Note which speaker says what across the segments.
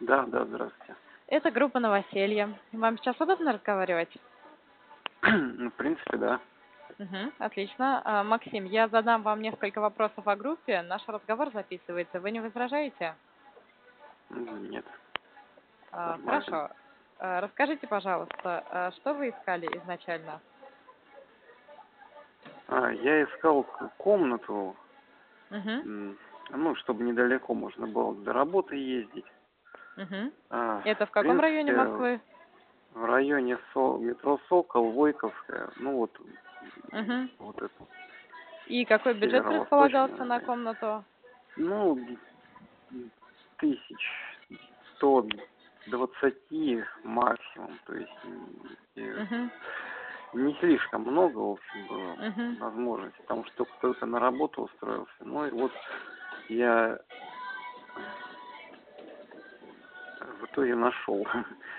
Speaker 1: Да, да, здравствуйте.
Speaker 2: Это группа «Новоселье». Вам сейчас удобно разговаривать?
Speaker 1: Ну, в принципе, да.
Speaker 2: Мгм, отлично. А, Максим, я задам вам несколько вопросов о группе. Наш разговор записывается. Вы не возражаете?
Speaker 1: М, Нет.
Speaker 2: А,
Speaker 1: Нормально.
Speaker 2: Хорошо. А, Расскажите, пожалуйста, а что вы искали изначально?
Speaker 1: А, я искал к- комнату,
Speaker 2: Мгм,
Speaker 1: м, ну, чтобы недалеко можно было до работы ездить.
Speaker 2: мгм.
Speaker 1: А,
Speaker 2: Это в каком районе
Speaker 1: принципе,
Speaker 2: Москвы?
Speaker 1: В районе Со- метро Сокол, Войковская, ну вот,
Speaker 2: Мгм.
Speaker 1: вот это.
Speaker 2: И какой бюджет
Speaker 1: северо-восточная,
Speaker 2: предполагался на
Speaker 1: да.
Speaker 2: комнату?
Speaker 1: Ну, г- тысяч сто двадцати максимум, то есть м, э,
Speaker 2: Мгм,
Speaker 1: не слишком много, в общем, было.
Speaker 2: мгм.
Speaker 1: возможность, потому что кто-то на работу устроился. Ну и вот я в итоге нашел,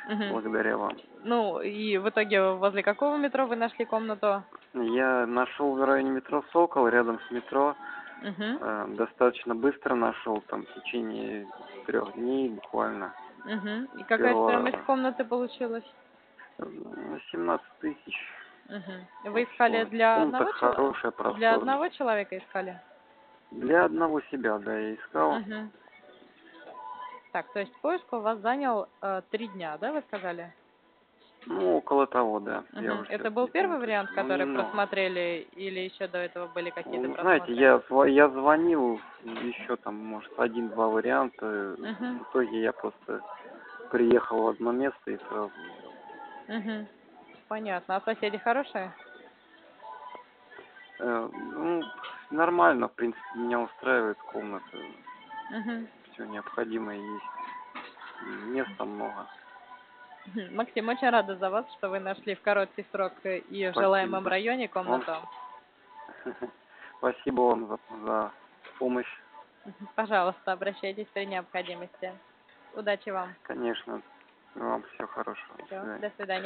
Speaker 2: Мгм.
Speaker 1: благодаря вам.
Speaker 2: Ну, и в итоге возле какого метро вы нашли комнату?
Speaker 1: Я нашел в районе метро Сокол, рядом с метро,
Speaker 2: Мгм,
Speaker 1: э, достаточно быстро нашел, там в течение трех дней буквально.
Speaker 2: мгм. И какая
Speaker 1: Первого
Speaker 2: стоимость
Speaker 1: раза.
Speaker 2: комнаты получилась?
Speaker 1: Э, 17 тысяч.
Speaker 2: Мгм.
Speaker 1: В
Speaker 2: Вы
Speaker 1: общем,
Speaker 2: искали для
Speaker 1: комната
Speaker 2: одного человека?
Speaker 1: хорошая, просторная.
Speaker 2: Для одного человека искали?
Speaker 1: Для одного себя, да, я искал.
Speaker 2: Мгм. Так, то есть поиск у вас занял э, три дня, да, вы сказали?
Speaker 1: Ну, около того, да. Я
Speaker 2: Мгм.
Speaker 1: уже
Speaker 2: Это
Speaker 1: сейчас
Speaker 2: был
Speaker 1: не
Speaker 2: первый
Speaker 1: помню
Speaker 2: вариант,
Speaker 1: точно, но
Speaker 2: который
Speaker 1: немного.
Speaker 2: просмотрели, или еще до этого были какие-то
Speaker 1: Ну,
Speaker 2: просмотры?
Speaker 1: Знаете, я, зв- я звонил, еще там, может, один-два варианта.
Speaker 2: Мгм.
Speaker 1: В итоге я просто приехал в одно место и сразу.
Speaker 2: Мгм. Понятно. А соседи хорошие?
Speaker 1: Э, ну, нормально, в принципе, меня устраивает комната.
Speaker 2: Мгм.
Speaker 1: Все необходимое есть. Места много.
Speaker 2: Мгм. Максим, очень рада за вас, что вы нашли в короткий срок э, и в
Speaker 1: Спасибо.
Speaker 2: желаемом районе комнату.
Speaker 1: Спасибо вам за, за помощь,
Speaker 2: Мгм. Пожалуйста, обращайтесь при необходимости. Удачи вам.
Speaker 1: конечно. Вам всего хорошего. До
Speaker 2: Всё.
Speaker 1: свидания.
Speaker 2: До свидания.